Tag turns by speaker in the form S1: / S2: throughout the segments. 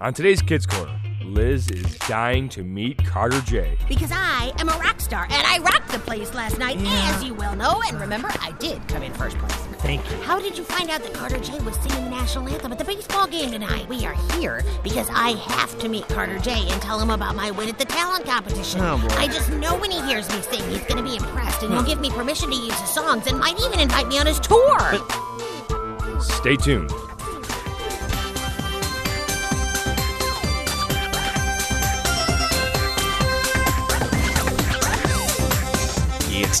S1: On today's Kids Corner, Liz is dying to meet Carter J.
S2: Because I am a rock star and I rocked the place last night, as you well know. And remember, I did come in first place.
S3: Thank you.
S2: How did you find out that Carter J was singing the national anthem at the baseball game tonight? We are here because I have to meet Carter J and tell him about my win at the talent competition.
S3: Oh, boy.
S2: I just know when he hears me sing, he's going to be impressed and he'll give me permission to use his songs and might even invite me on his tour.
S1: Stay tuned.
S4: It's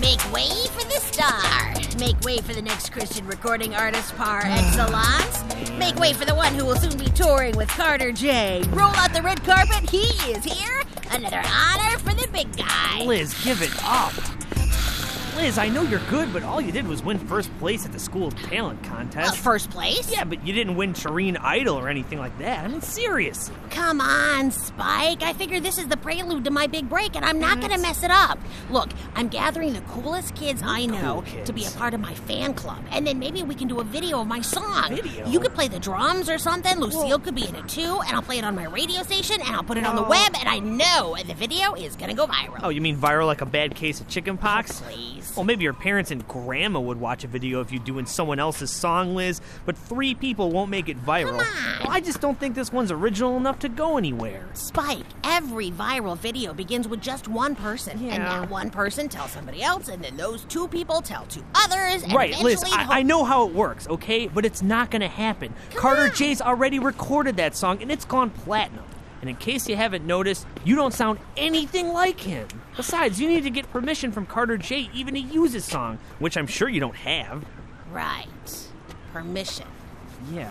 S2: Make way for the star. Make way for the next Christian recording artist par excellence. Make way for the one who will soon be touring with Carter J. Roll out the red carpet. He is here. Another honor for the big guy.
S3: Liz, give it up. Liz, I know you're good, but all you did was win first place at the school talent
S2: Uh,
S3: contest.
S2: first place?
S3: yeah, but you didn't win Shireen Idol or anything like that. I mean, seriously.
S2: Come on, Spike. I figure this is the prelude to my big break, and I'm not going to mess it up. Look, I'm gathering the coolest kids I know
S3: cool
S2: to be a
S3: kids.
S2: part of my fan club, and then maybe we can do a video of my song.
S3: Video?
S2: You could play the drums or something. Lucille could be in it too, and I'll play it on my radio station, and I'll put it on the web, and I know the video is going to go viral.
S3: Oh, you mean viral like a bad case of chicken pox?
S2: Please.
S3: Well, maybe your parents and grandma would watch a video of you doing someone else's song, Liz, but three people won't make it viral. Well, I just don't think this one's original enough to go anywhere.
S2: Spike, every viral video begins with just one person, and
S3: Yeah.
S2: that one person tells somebody else, and then those two people tell two others. And
S3: Right, Liz,
S2: eventually the whole-
S3: I, I know how it works, okay? But it's not gonna happen. Carter J's already recorded that song and it's gone platinum. And in case you haven't noticed, you don't sound anything like him. Besides, you need to get permission from Carter J even to use his song, which I'm sure you don't have.
S2: Right. Permission.
S3: Yeah.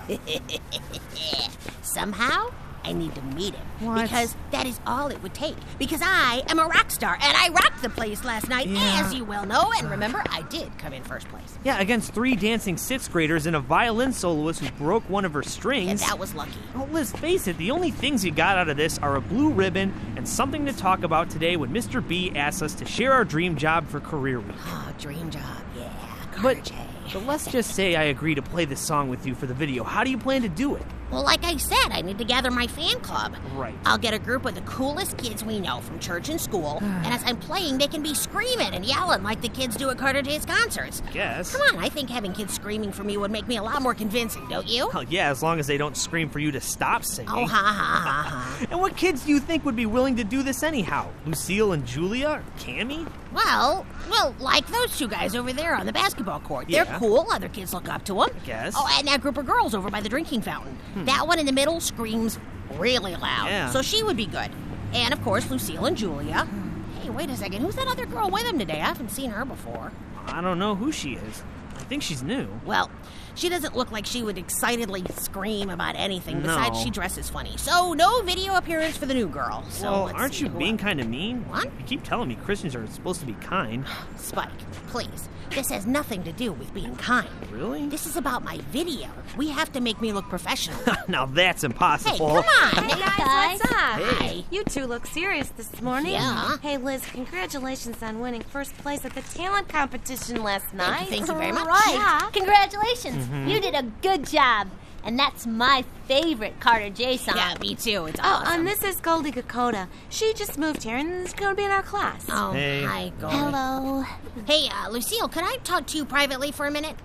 S2: Somehow, I need to meet him.
S3: What?
S2: Because that is all it would take. Because I am a rock star and I rocked the place last night,
S3: Yeah.
S2: as you well know. And remember, I did come in first place.
S3: Yeah, against three dancing sixth graders and a violin soloist who broke one of her
S2: And
S3: strings.
S2: that was lucky.
S3: Well, Liz, face it, the only things you got out of this are a blue ribbon and something to talk about today when Mr. B asks us to share our dream job for career week.
S2: Oh, dream job. Yeah. Carter
S3: But,
S2: J.
S3: but let's just say I agree to play this song with you for the video. How do you plan to do it?
S2: Well, like I said, I need to gather my fan club.
S3: Right.
S2: I'll get a group of the coolest kids we know from church and school, and as I'm playing, they can be screaming and yelling like the kids do at Carter J's concerts.
S3: Guess.
S2: Come on, I think having kids screaming for me would make me a lot more convincing, don't you?
S3: Well, Oh, yeah, as long as they don't scream for you to stop singing.
S2: Oh, ha ha ha ha.
S3: And what kids do you think would be willing to do this anyhow? Lucille and Julia? Or Cammy?
S2: Well, well, like those two guys over there on the basketball court. They're
S3: Yeah.
S2: cool. Other kids look up to them.
S3: guess. Hmm.
S2: Oh, and that group of girls over by the drinking fountain. That one in the middle screams really loud.
S3: Yeah.
S2: So she would be good. And of course, Lucille and Julia.
S3: Hmm.
S2: Hey, wait a second. Who's that other girl with him today? I haven't seen her before.
S3: I don't know who she is. I think she's new.
S2: Well, she doesn't look like she would excitedly scream about anything. Besides,
S3: No.
S2: she dresses funny. So no video appearance for the new girl. So
S3: well,
S2: let's
S3: aren't
S2: see
S3: you
S2: who
S3: being
S2: else.
S3: kind of mean?
S2: What?
S3: You keep telling me Christians are supposed to be kind.
S2: Spike, please. This has nothing to do with being kind.
S3: Really?
S2: This is about my video. We have to make me look professional.
S3: now that's
S2: hey,
S3: impossible.
S2: come on.
S5: Hey guys, what's up?
S2: Hi.
S5: You two look serious this morning.
S2: Yeah.
S5: Hey Liz, congratulations on winning first place at the talent competition last
S2: Thank
S5: night.
S2: you, thank you very much.
S5: Right. Yeah.
S6: Congratulations.
S2: Mm-hmm.
S6: You did a good job. And that's my favorite Carter J song.
S2: Yeah, me too. It's
S5: Oh,
S2: awesome.
S5: and this is Goldie Kokoda. She just moved here and is going to be in our class.
S2: Oh,
S3: Hey.
S2: hi, Goldie.
S6: Hello.
S2: Hey, uh, Lucille, could I talk to you privately for a minute?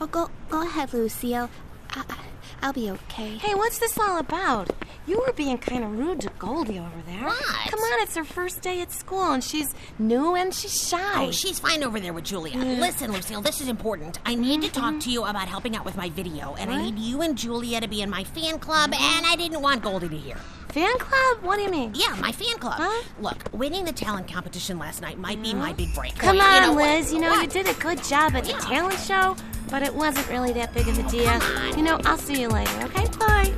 S6: Oh, go, go ahead, Lucille. I, I- I'll be
S2: Uh-huh.
S6: okay.
S5: Hey, what's this all about? You were being kind of rude to Goldie over there.
S2: What?
S5: Come on, it's her first day at school and she's new and she's shy.
S2: Oh, she's fine over there with Julia. Listen, Lucille, this is important. I need to
S5: Mm-hmm.
S2: talk to you about helping out with my video, and I need you and Julia to be in my fan club,
S5: Mm-hmm.
S2: and I didn't want Goldie to hear.
S5: Fan club? What do you mean?
S2: Yeah, my fan club.
S5: Huh? Mm-hmm.
S2: Look, winning the talent competition last night might be my big break.
S5: Come
S2: Like,
S5: on,
S2: you know,
S5: Liz. You know,
S2: what?
S5: you did a good job at the
S2: Yeah.
S5: talent show, but it wasn't really that big of a deal. You know, I'll see you later, okay? Bye.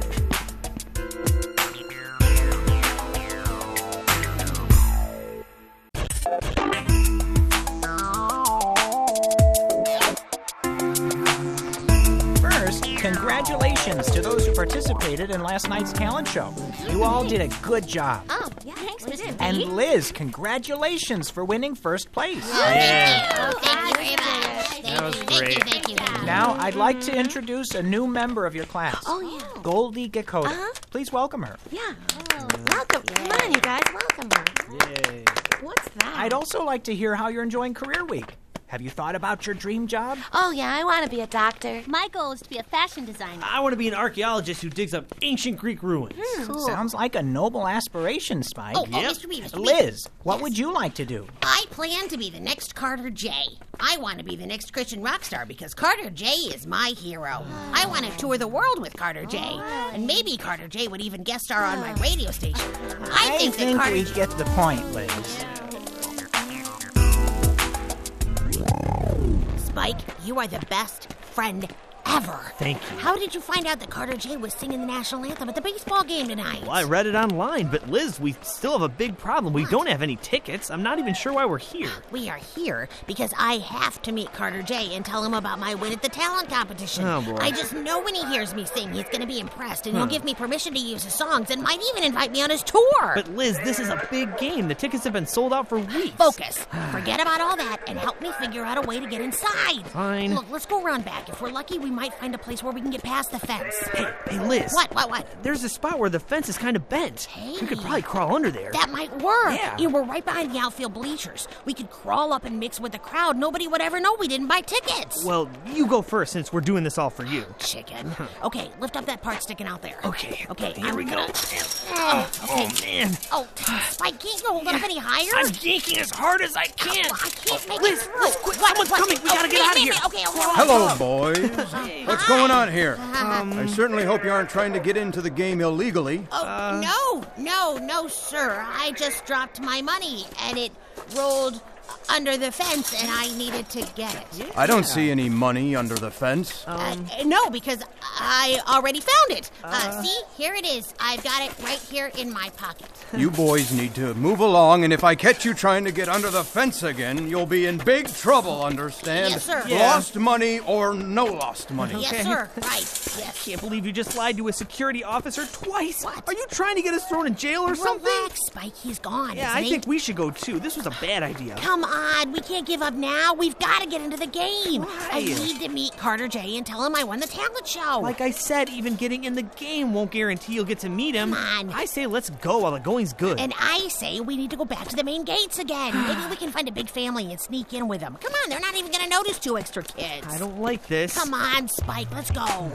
S7: participated in last night's talent show. You all did a good job.
S6: Oh, yeah, thanks, Mr.
S7: And
S6: B.
S7: Liz, congratulations for winning first place.
S2: Oh, thank you very much. Thank
S3: was
S2: you, thank you,
S3: great.
S2: thank you.
S7: Now, I'd like to introduce a new member of your class.
S5: Oh, yeah.
S7: Goldie Gakota.
S2: Uh-huh.
S7: Please welcome her.
S5: Yeah. Oh, welcome. Come on, you guys. Welcome. What's that?
S7: I'd also like to hear how you're enjoying Career Week. Have you thought about your dream job?
S5: Oh, yeah, I want to be a doctor.
S6: My goal is to be a fashion designer.
S3: I want to be an archaeologist who digs up ancient Greek ruins.
S6: Cool.
S7: Sounds like a noble aspiration, Spike.
S2: Oh, oh, Mr. B, Mr. B.
S7: Liz, what would you like to do?
S2: I plan to be the next Carter J. I want to be the next Christian rock star because Carter J is my hero. I want
S5: Oh.
S2: to tour the world with Carter J. And maybe Carter J would even guest star on my radio station. I think that Carter
S7: we
S2: J.
S7: get the point, Liz.
S2: Spike, you are the best friend ever.
S3: Thank you.
S2: How did you find out that Carter J was singing the national anthem at the baseball game tonight?
S3: Well, I read it online, but Liz, we still have a big problem. We don't have any tickets. I'm not even sure why we're here.
S2: We are here because I have to meet Carter J and tell him about my win at the talent competition.
S3: Oh, boy.
S2: I just know when he hears me sing, he's going to be impressed and he'll give me permission to use his songs and might even invite me on his tour.
S3: But Liz, this is a big game. The tickets have been sold out for weeks.
S2: Focus. Forget about all that and help me figure out a way to get inside.
S3: Fine.
S2: Look, let's go around back. If we're lucky, we might find a place where we can get past the fence.
S3: Hey, hey, Liz.
S2: What, what, what?
S3: There's a spot where the fence is kind of bent. We could
S2: Hey.
S3: probably crawl under there.
S2: That might work.
S3: Yeah.
S2: You were right behind the outfield bleachers. We could crawl up and mix with the crowd. Nobody would ever know we didn't buy tickets.
S3: well, you go first since we're doing this all for you.
S2: Chicken. Okay, lift up that part sticking out there.
S3: Okay.
S2: Okay,
S3: Here
S2: I'm
S3: we
S2: gonna-
S3: go. Oh, oh, man.
S2: Oh, Spike, can't you hold up any higher?
S3: I'm yanking as hard as
S2: Ah,
S3: I can.
S2: Well, I can't make it
S3: Liz,
S2: through.
S3: Liz, quick.
S2: What,
S3: Someone's
S2: what?
S3: coming. We
S2: Oh,
S3: gotta get
S2: me,
S3: out of
S2: me,
S3: here.
S2: me. Okay, okay.
S8: Hello, boys. What's going on here?
S4: Um,
S8: I certainly hope you aren't trying to get into the game illegally.
S2: Oh, no, no, no, sir. I just dropped my money and it rolled under the fence and I needed to get it.
S8: I don't see any money under the fence.
S3: Um,
S2: Uh, no, because I already found it. Uh, see, here it is. I've got it right here in my pocket.
S8: You boys need to move along, and if I catch you trying to get under the fence again, you'll be in big trouble, understand?
S2: Yes, sir. Yeah.
S8: Lost money or no lost money.
S2: Yes, sir. Right. Yes.
S3: Can't believe you just lied to a security officer twice. Are you trying to get us thrown in jail or something?
S2: Relax, Spike. He's gone.
S3: Yeah,
S2: isn't
S3: I
S2: he?
S3: think we should go too. This was a bad idea.
S2: Come on, we can't give up now. We've got to get into the game. I
S3: Right.
S2: need to meet Carter J and tell him I won the talent show.
S3: Like I said, even getting in the game won't guarantee you'll get to meet him.
S2: Come on.
S3: I say let's go while the going's good.
S2: and I say we need to go back to the main gates again. Maybe we can find a big family and sneak in with them. Come on, they're not even going to notice two extra kids.
S3: I don't like this.
S2: Come on, Spike, let's go.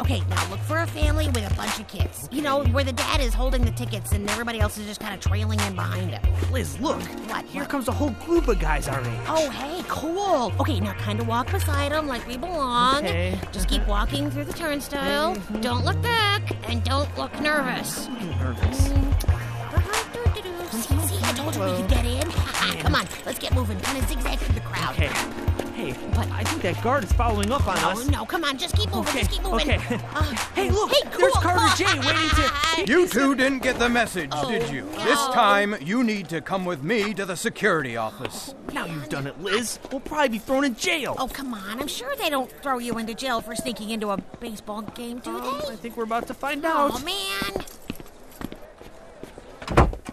S2: Okay, now look for a family with a bunch of kids. You know, where the dad is holding the tickets and everybody else is just kind of trailing in behind him.
S3: Liz, look.
S2: What?
S3: Here
S2: What?
S3: comes a whole group of guys our age.
S2: Oh, hey, cool. Okay, now kind of walk beside them like we belong.
S3: Okay. Mm-hmm.
S2: Just keep walking through the turnstile. Don't look back and don't look nervous.
S3: nervous.
S2: See, see, I told you we could get in. Ah, Come on, let's get moving. Kind of zigzag through the crowd.
S3: Hey, hey, I think that guard is following up on
S2: Oh,
S3: us.
S2: no, come on, just keep moving,
S3: Okay,
S2: just keep moving.
S3: okay.
S2: Ah,
S3: Hey, look,
S2: hey, cool.
S3: there's Carter J waiting to.
S8: You two didn't get the message, did you? This
S2: Oh, no.
S8: time, you need to come with me to the security office.
S3: Now you've done it, Liz. We'll probably be thrown in jail.
S2: Oh, come on. I'm sure they don't throw you into jail for sneaking into a baseball game,
S3: Oh,
S2: do they?
S3: I think we're about to find
S2: Oh,
S3: out.
S2: man.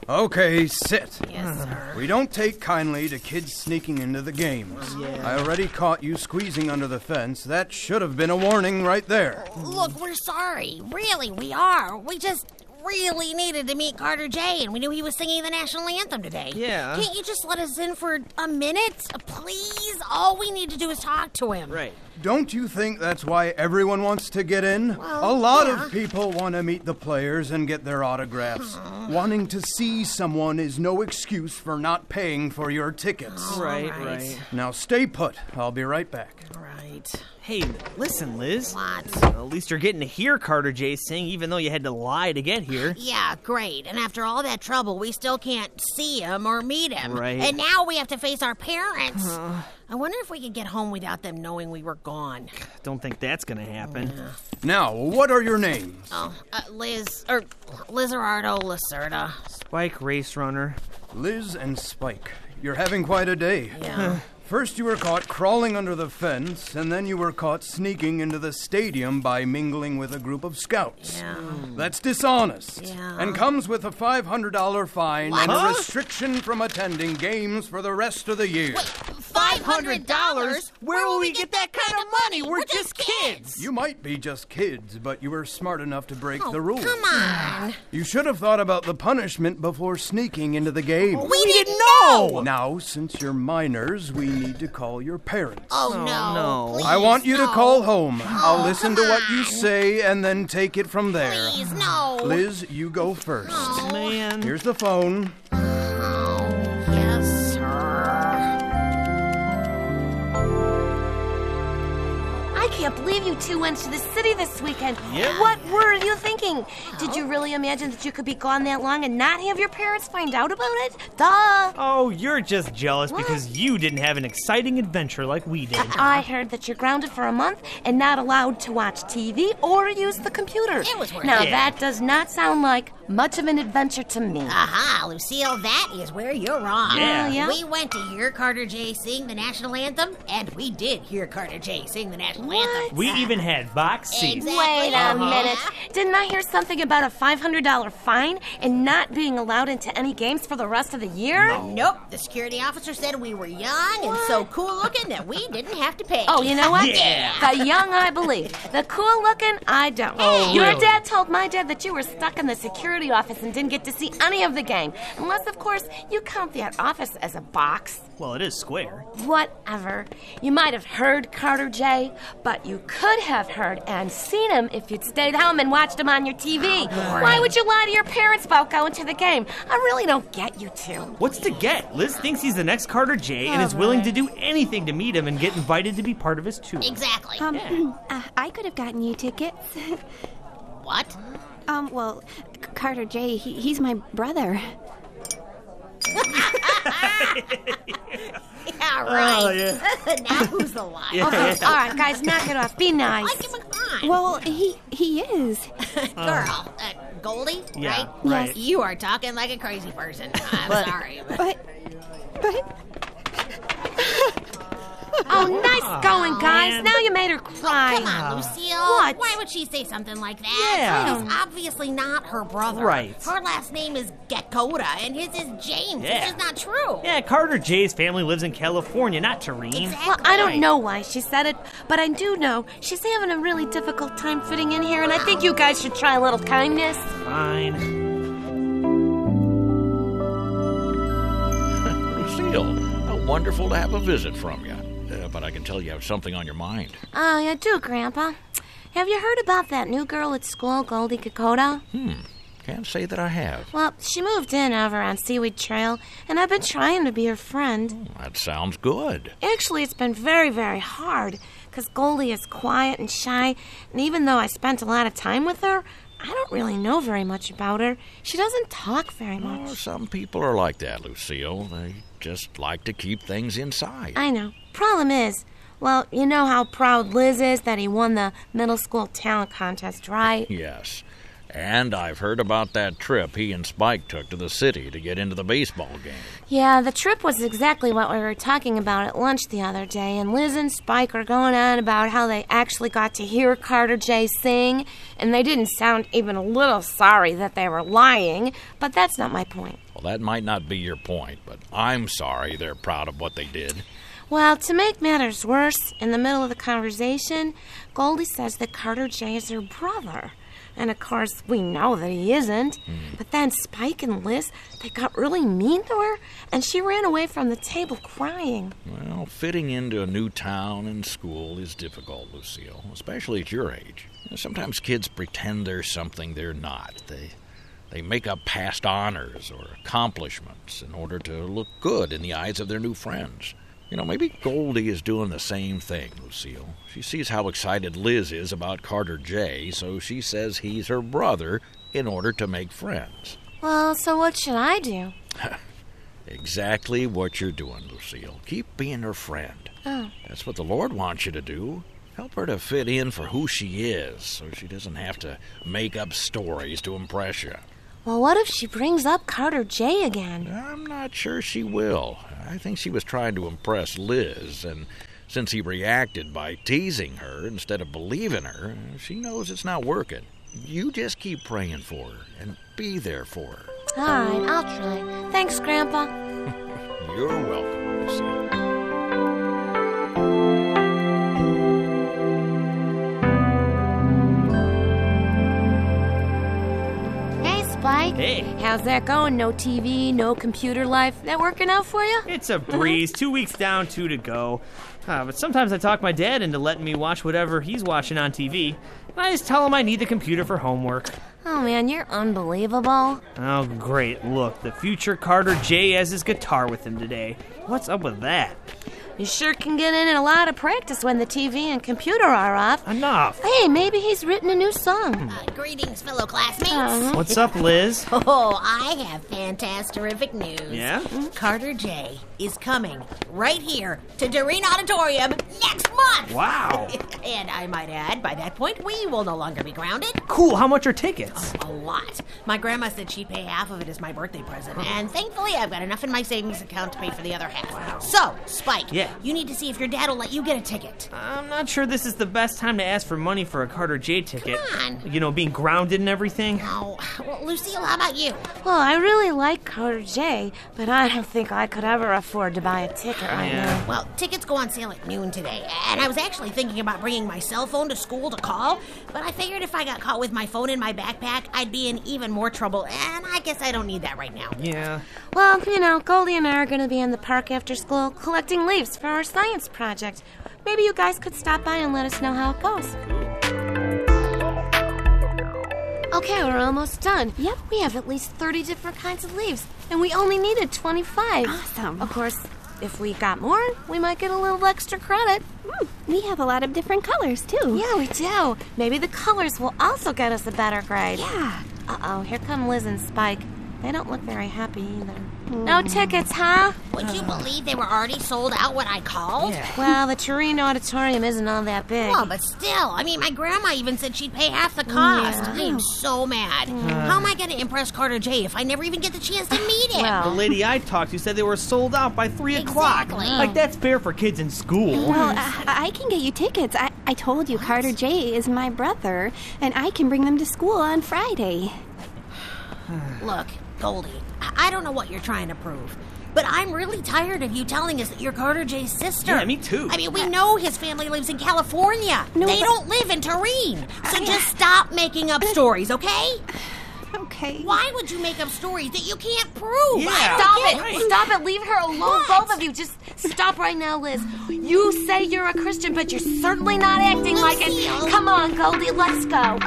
S8: Okay, sit.
S2: Yes, sir.
S8: We don't take kindly to kids sneaking into the game.
S2: Oh,
S8: I already caught you squeezing under the fence. That should have been a warning right there.
S3: Hmm.
S2: Look, we're sorry. Really, we are. We just really needed to meet Carter J, and we knew he was singing the national anthem today.
S3: Yeah.
S2: Can't you just let us in for a minute? Please? All we need to do is talk to him.
S3: Right.
S8: Don't you think that's why everyone wants to get in?
S2: Well,
S8: a lot
S2: yeah.
S8: of people want to meet the players and get their autographs.
S2: Uh-huh.
S8: Wanting to see someone is no excuse for not paying for your tickets.
S3: Right,
S2: right.
S8: Now stay put. I'll be right back.
S2: Right.
S3: Hey, listen, Liz.
S2: What?
S3: At least you're getting to hear Carter J sing, even though you had to lie to get here.
S2: Yeah, great. And after all that trouble, we still can't see him or meet him.
S3: Right.
S2: And now we have to face our parents. I wonder if we could get home without them knowing we were gone.
S3: Don't think that's gonna happen.
S8: Now, what are your names?
S2: Oh, uh, Liz, or Lizardo Lacerda.
S3: Spike Race Runner.
S8: Liz and Spike. You're having quite a day.
S2: Yeah.
S9: First, you were caught crawling under the fence, and then you were caught sneaking into the stadium by mingling with a group of scouts. That's dishonest
S2: Yeah.
S9: and comes with a $500 fine and a restriction from attending games for the rest of the year.
S2: Five hundred dollars?
S10: Where will we get that kind of money? We're just kids.
S9: You might be just kids, but you were smart enough to break the rules.
S2: Oh, Come on.
S9: You should have thought about the punishment before sneaking into the game.
S2: We didn't know.
S9: Now, since you're minors, we need to call your parents.
S2: Oh, no.
S10: no.
S2: Please,
S9: I want you to
S2: no. Oh,
S9: call home. I'll listen to
S2: come
S9: what you
S2: on.
S9: say and then take it from there.
S2: Please, no.
S9: Liz, you go first.
S10: Man.
S9: Here's the phone.
S2: Oh, yes, sir.
S5: I can't believe you two went to the city this weekend.
S11: Yeah.
S5: What were you thinking? Did you really imagine that you could be gone that long and not have your parents find out about it? Duh!
S3: Oh, you're just jealous because you didn't have an exciting adventure like we did.
S5: I heard that you're grounded for a month and not allowed to watch TV or use the computer.
S2: It was worth
S5: Now,
S2: it.
S5: that does not sound like much of an adventure to me.
S2: Aha, Lucille, that is where you're wrong.
S3: Yeah.
S5: Yeah.
S2: We went to hear Carter J sing the national anthem, and we did hear Carter J sing the national anthem.
S3: We even had box seats.
S2: Exactly.
S5: Wait a
S2: Uh-huh.
S5: minute. Didn't I hear something about a $500 fine and not being allowed into any games for the rest of the year?
S2: Nope, the security officer said we were young and so cool looking that we didn't have to pay.
S5: Oh, you know what?
S3: Yeah.
S5: The young I believe. The cool looking I don't.
S3: Oh,
S5: Your
S3: really?
S5: dad told my dad that you were stuck in the security office and didn't get to see any of the game. Unless, of course, you count that office as a box.
S3: Well, it is square.
S5: Whatever. You might have heard Carter J, but you could have heard and seen him if you'd stayed home and watched him on your TV. Why would you lie to your parents about going to the game? I really don't get you two.
S3: What's to get? Liz thinks he's the next Carter J and
S2: Oh,
S3: is willing to do anything to meet him and get invited to be part of his tour.
S2: Exactly.
S12: Uh, I could have gotten you tickets.
S2: what?
S12: um, well, C- Carter J, he, he's my brother.
S2: Yeah, right. now who's the liar?
S5: Okay, all right, guys, knock it off. Be nice.
S2: Like him a well,
S12: Well, he he is.
S2: Girl, uh, Goldie,
S3: Yeah,
S2: right?
S3: right.
S2: You are talking like a crazy person. I'm sorry. but-
S12: But but
S5: Oh, nice going, guys.
S3: man.
S5: Now you made her cry.
S2: Come on, Lucille.
S5: What?
S2: Why would she say something like that?
S3: Uh, Yeah.
S2: He's obviously not her brother.
S3: Right.
S2: Her last name is Gekota, and his is James,
S3: Yeah.
S2: which is not true.
S3: Yeah, Carter J's family lives in California, not Tareen.
S2: Exactly.
S5: Well, I don't know why she said it, but I do know she's having a really difficult time fitting in here, and I think you guys should try a little kindness.
S3: Fine.
S8: Lucille, how wonderful to have a visit from you. Uh, but I can tell you have something on your mind.
S5: Oh, yeah, do, Grandpa. Have you heard about that new girl at school, Goldie Kokoda?
S8: Can't say that I have.
S5: Well, she moved in over on Seaweed Trail, and I've been trying to be her friend.
S8: That sounds good.
S5: Actually, it's been very, very hard, because Goldie is quiet and shy, and even though I spent a lot of time with her, I don't really know very much about her. She doesn't talk very much.
S8: Well, some people are like that, Lucille. They just like to keep things inside.
S5: I know. Problem is, well, you know how proud Liz is that he won the middle school talent contest, right?
S8: Yes. And I've heard about that trip he and Spike took to the city to get into the baseball game.
S5: Yeah, the trip was exactly what we were talking about at lunch the other day, and Liz and Spike are going on about how they actually got to hear Carter J sing, and they didn't sound even a little sorry that they were lying, but that's not my point.
S8: Well, that might not be your point, but I'm sorry they're proud of what they did.
S5: Well, to make matters worse, in the middle of the conversation, Goldie says that Carter J is her brother. And of course, we know that he isn't. But then Spike and Liz, they got really mean to her, and she ran away from the table crying.
S8: Well, fitting into a new town and school is difficult, Lucille, especially at your age. Sometimes kids pretend they're something they're not. They they make up past honors or accomplishments in order to look good in the eyes of their new friends. You know, maybe Goldie is doing the same thing, Lucille. She sees how excited Liz is about Carter J, so she says he's her brother in order to make friends.
S5: Well, so what should I do?
S8: Exactly what you're doing, Lucille. Keep being her friend. That's what the Lord wants you to do. Help her to fit in for who she is so she doesn't have to make up stories to impress you.
S5: Well, what if she brings up Carter J again?
S8: I'm not sure she will.
S13: I think she was trying to impress Liz, and since he reacted by teasing her instead of believing her, she knows it's not working. You just keep praying for her and be there for her.
S5: All right, I'll try. Thanks, Grandpa.
S13: You're welcome, Lucille.
S5: Hey, Spike.
S3: Hey.
S5: How's that going? No TV, no computer life. That working out for you?
S3: It's a
S2: Uh-huh.
S3: breeze. Two weeks down, two to go. Ah, but sometimes I talk my dad into letting me watch whatever he's watching on TV, and I just tell him I need the computer for homework.
S5: Oh man, you're unbelievable.
S3: Oh, great. Look, the future Carter J has his guitar with him today. What's up with that?
S5: You sure can get in a lot of practice when the TV and computer are off.
S3: Enough.
S5: Hey, maybe he's written a new
S2: Hmm.
S5: song.
S2: Uh, Greetings, fellow classmates.
S3: What's up, Liz?
S2: Oh, I have fantastic news. Mm-hmm.
S3: Yeah?
S2: Carter J is coming right here to Doreen Auditorium next month.
S3: Wow.
S2: and I might add, by that point, we will no longer be grounded.
S3: Cool, how much are tickets?
S2: A lot. My grandma said she'd pay half of it as my birthday present, and thankfully I've got enough in my savings account to pay for the other half. So, Spike,
S3: Yeah.
S2: you need to see if your dad will let you get a ticket.
S3: I'm not sure this is the best time to ask for money for a Carter J ticket.
S2: Come
S3: You know, being grounded and everything.
S2: No. Well, Lucille, how about you?
S5: Well, I really like Carter J, but I don't think I could ever afford to buy a ticket right
S3: Yeah.
S5: now.
S2: Well, tickets go on sale at noon today, and I was actually thinking about bringing my cell phone to school to call, but I figured if I got caught with my phone in my backpack, I'd be in even more trouble, and I guess I don't need that right now.
S3: Yeah.
S5: Well, you know, Goldie and I are going to be in the park after school collecting leaves for our science project. Maybe you guys could stop by and let us know how it goes. Okay, we're almost done. Yep. We have at least 30 different kinds of leaves, and we only needed 25. Awesome. Of course, if we got more, we might get a little extra credit.
S2: Oh.
S12: We have a lot of different colors, too.
S5: Yeah, we do. Maybe the colors will also get us a better grade.
S12: Yeah.
S5: Uh oh, here come Liz and Spike. They don't look very happy either. No tickets, huh?
S2: Would you believe they were already sold out when I called?
S5: Well, the Turin Auditorium isn't all that big.
S2: Oh, but still, I mean, my grandma even said she'd pay half the cost.
S5: Yeah.
S2: I'm so mad. How am I going to impress Carter J if I never even get the chance to meet him?
S3: The lady I talked to said they were sold out by 3 o'clock.
S2: Exactly.
S3: Like, that's fair for kids in school.
S12: Well, uh, I, I can get you tickets. I, I told you Carter J is my brother, and I can bring them to school on Friday.
S2: Look, Goldie, I-, I don't know what you're trying to prove, but I'm really tired of you telling us that you're Carter J's sister.
S3: Yeah, me too.
S2: I mean, we know his family lives in California.
S12: No,
S2: they
S12: but-
S2: don't live in Turin. So just stop making up stories, okay?
S12: Okay.
S2: Why would you make up stories that you can't prove?
S3: Yeah.
S2: I don't
S5: Stop
S2: get
S5: it! Stop it! Leave her alone,
S2: What?
S5: both of you. Just stop right now, Liz. You say you're a Christian, but you're certainly not acting like
S2: Lucille.
S5: it. Come on, Goldie, let's go.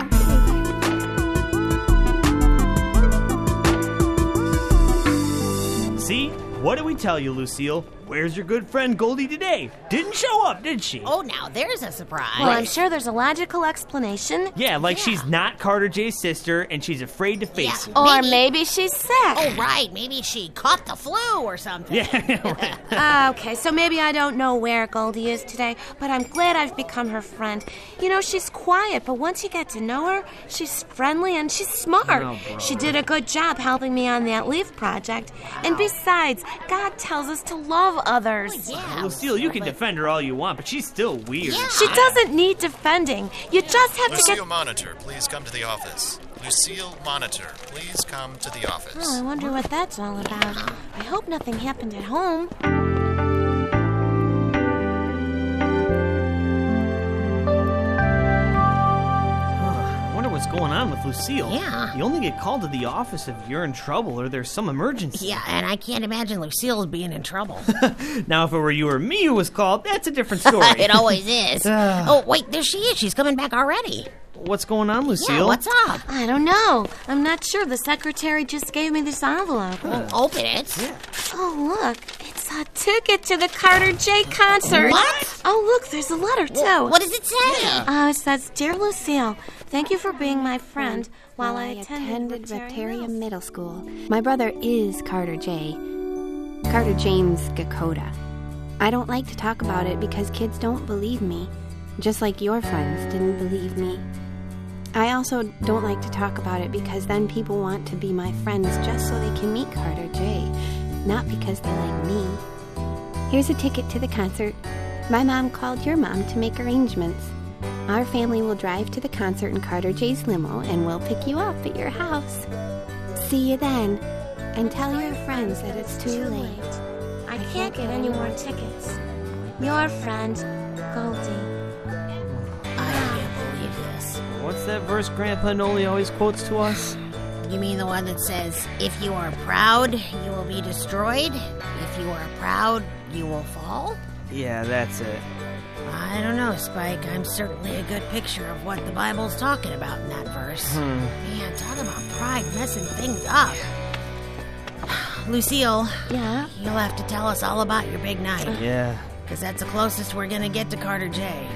S3: See? What did we tell you, Lucille? Where's your good friend Goldie today? Didn't show up, did she?
S2: Oh, now there's a surprise.
S5: Well, I'm sure there's a logical explanation.
S3: Yeah, like she's not Carter J's sister and she's afraid to face
S2: Yeah.
S5: Or
S2: Maybe-
S5: maybe she's sick.
S2: Oh, right. Maybe she caught the flu or something.
S3: it. Yeah, right.
S5: Ah, okay, so maybe I don't know where Goldie is today, but I'm glad I've become her friend. You know, she's quiet, but once you get to know her, she's friendly and she's smart.
S3: Oh,
S5: she did a good job helping me on that leaf project. And besides, God tells us to love others.
S2: Yeah.
S3: Lucille, you can defend her all you want, but she's still weird.
S2: Yeah.
S5: She doesn't need defending. You just have to
S14: Lucille
S5: get.
S14: Monitor, please come to the office. Lucille Monitor, please come to the office.
S5: Oh, I wonder what that's all about. I hope nothing happened at home.
S3: I wonder what's going on with Lucille.
S2: Yeah.
S3: You only get called to the office if you're in trouble or there's some emergency.
S2: Yeah, and I can't imagine Lucille's being in trouble.
S3: Now, if it were you or me who was called, that's a different story.
S2: it always is. oh, wait, there she is. She's coming back already.
S3: What's going on, Lucille?
S2: Yeah, what's up?
S5: I don't know. I'm not sure. The secretary just gave me this envelope.
S2: Open it.
S5: Oh, look, it's a ticket to the Carter J concert.
S2: What?
S5: Oh, look, there's a letter, too.
S2: What does it say?
S5: Oh, it says, Dear Lucille, thank you for being my friend while I attended
S12: Retaria
S5: Rotarium.
S12: Middle School. My brother is Carter J. Carter James Gakoda. I don't like to talk about it because kids don't believe me, just like your friends didn't believe me. I also don't like to talk about it because then people want to be my friends just so they can meet Carter J, not because they like me. Here's a ticket to the concert. My mom called your mom to make arrangements. Our family will drive to the concert in Carter J's limo and we'll pick you up at your house. See you then. And tell your friends that it's too late.
S5: I can't get any more tickets. Your friend, Goldie.
S12: Ah,
S3: What's that verse Grandpa Noli always quotes to us?
S2: You mean the one that says, if you are proud, you will be destroyed? If you are proud, you will fall?
S3: Yeah, that's it.
S2: I don't know, Spike. I'm certainly a good picture of what the Bible's talking about in that verse.
S3: Hmm.
S2: Man, talk about pride messing things up. Lucille.
S12: Yeah?
S2: You'll have to tell us all about your big night.
S3: Yeah.
S2: Because that's the closest we're going to get to Carter J.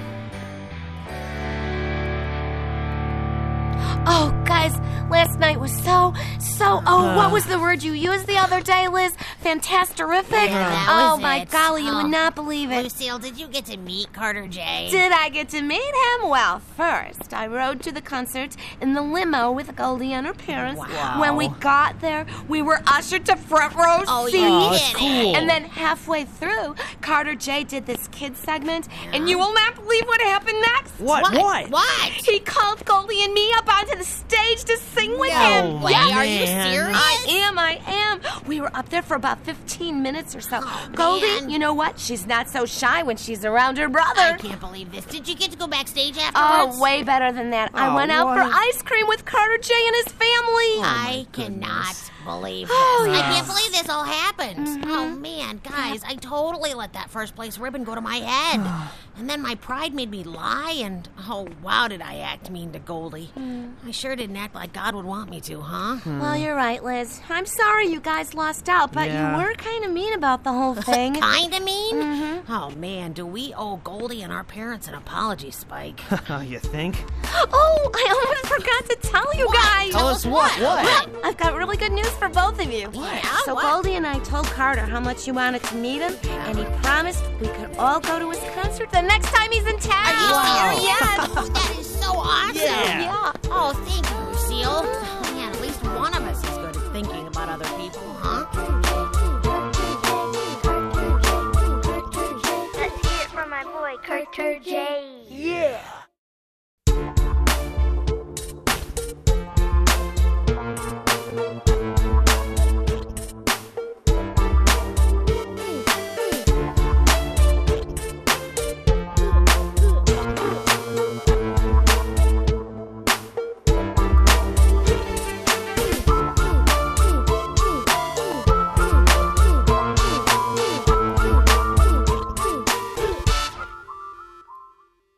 S5: Oh, guys, last night was so, so. Oh, what was the word you used the other day, Liz? Fantasterific?
S2: That
S5: oh,
S2: was
S5: my
S2: it.
S5: golly, you
S2: Oh.
S5: would not believe it.
S2: Lucille, did you get to meet Carter J?
S5: Did I get to meet him? Well, first, I rode to the concert in the limo with Goldie and her parents.
S2: Wow.
S5: When we got there, we were ushered to front row
S2: Oh, you
S5: seats.
S2: Oh, that's did it. cool.
S5: And then halfway through, Carter J did this kid segment, and you will not believe what happened next.
S3: What? What? What?
S2: What?
S5: He called Goldie and me up onto the stage to sing with
S2: No
S5: him.
S2: way. Are you Man. serious?
S5: I am. I am. We were up there for about 15 minutes or so.
S2: Oh,
S5: Goldie, you know what? She's not so shy when she's around her brother.
S2: I can't believe this. Did you get to go backstage afterwards?
S5: Oh, way better than that.
S2: Oh,
S5: I went out for
S2: what?
S5: ice cream with Carter J and his family.
S2: I cannot believe this.
S5: Oh,
S2: I
S5: yes.
S2: can't believe this all happened. Oh, man, guys, I totally let that first place ribbon go to my head. and then my pride made me lie, and oh, wow, did I act mean to Goldie. I sure didn't act like God would want me to, huh?
S5: Well, you're right, Liz. I'm sorry you guys lost out, but
S2: Yeah.
S5: you were kind of mean about the whole thing.
S2: kind of mean? Oh, man, do we owe Goldie and our parents an apology, Spike?
S15: you think?
S5: Oh, I almost forgot to tell you guys.
S2: Tell us what? What? What?
S5: I've got really good news for both of you. What? So
S2: What?
S5: Goldie and I told Carter how much you wanted to meet him, and he promised we could all go to his concert the next time he's in town.
S2: you Wow. serious?
S5: Yes.
S2: that is so awesome.
S5: Yeah. Yeah.
S2: Oh, thank you, Lucille. Oh, Man, at least one of us is good at thinking about other people, huh?
S16: Let's hear it from my boy, Carter J. Yeah.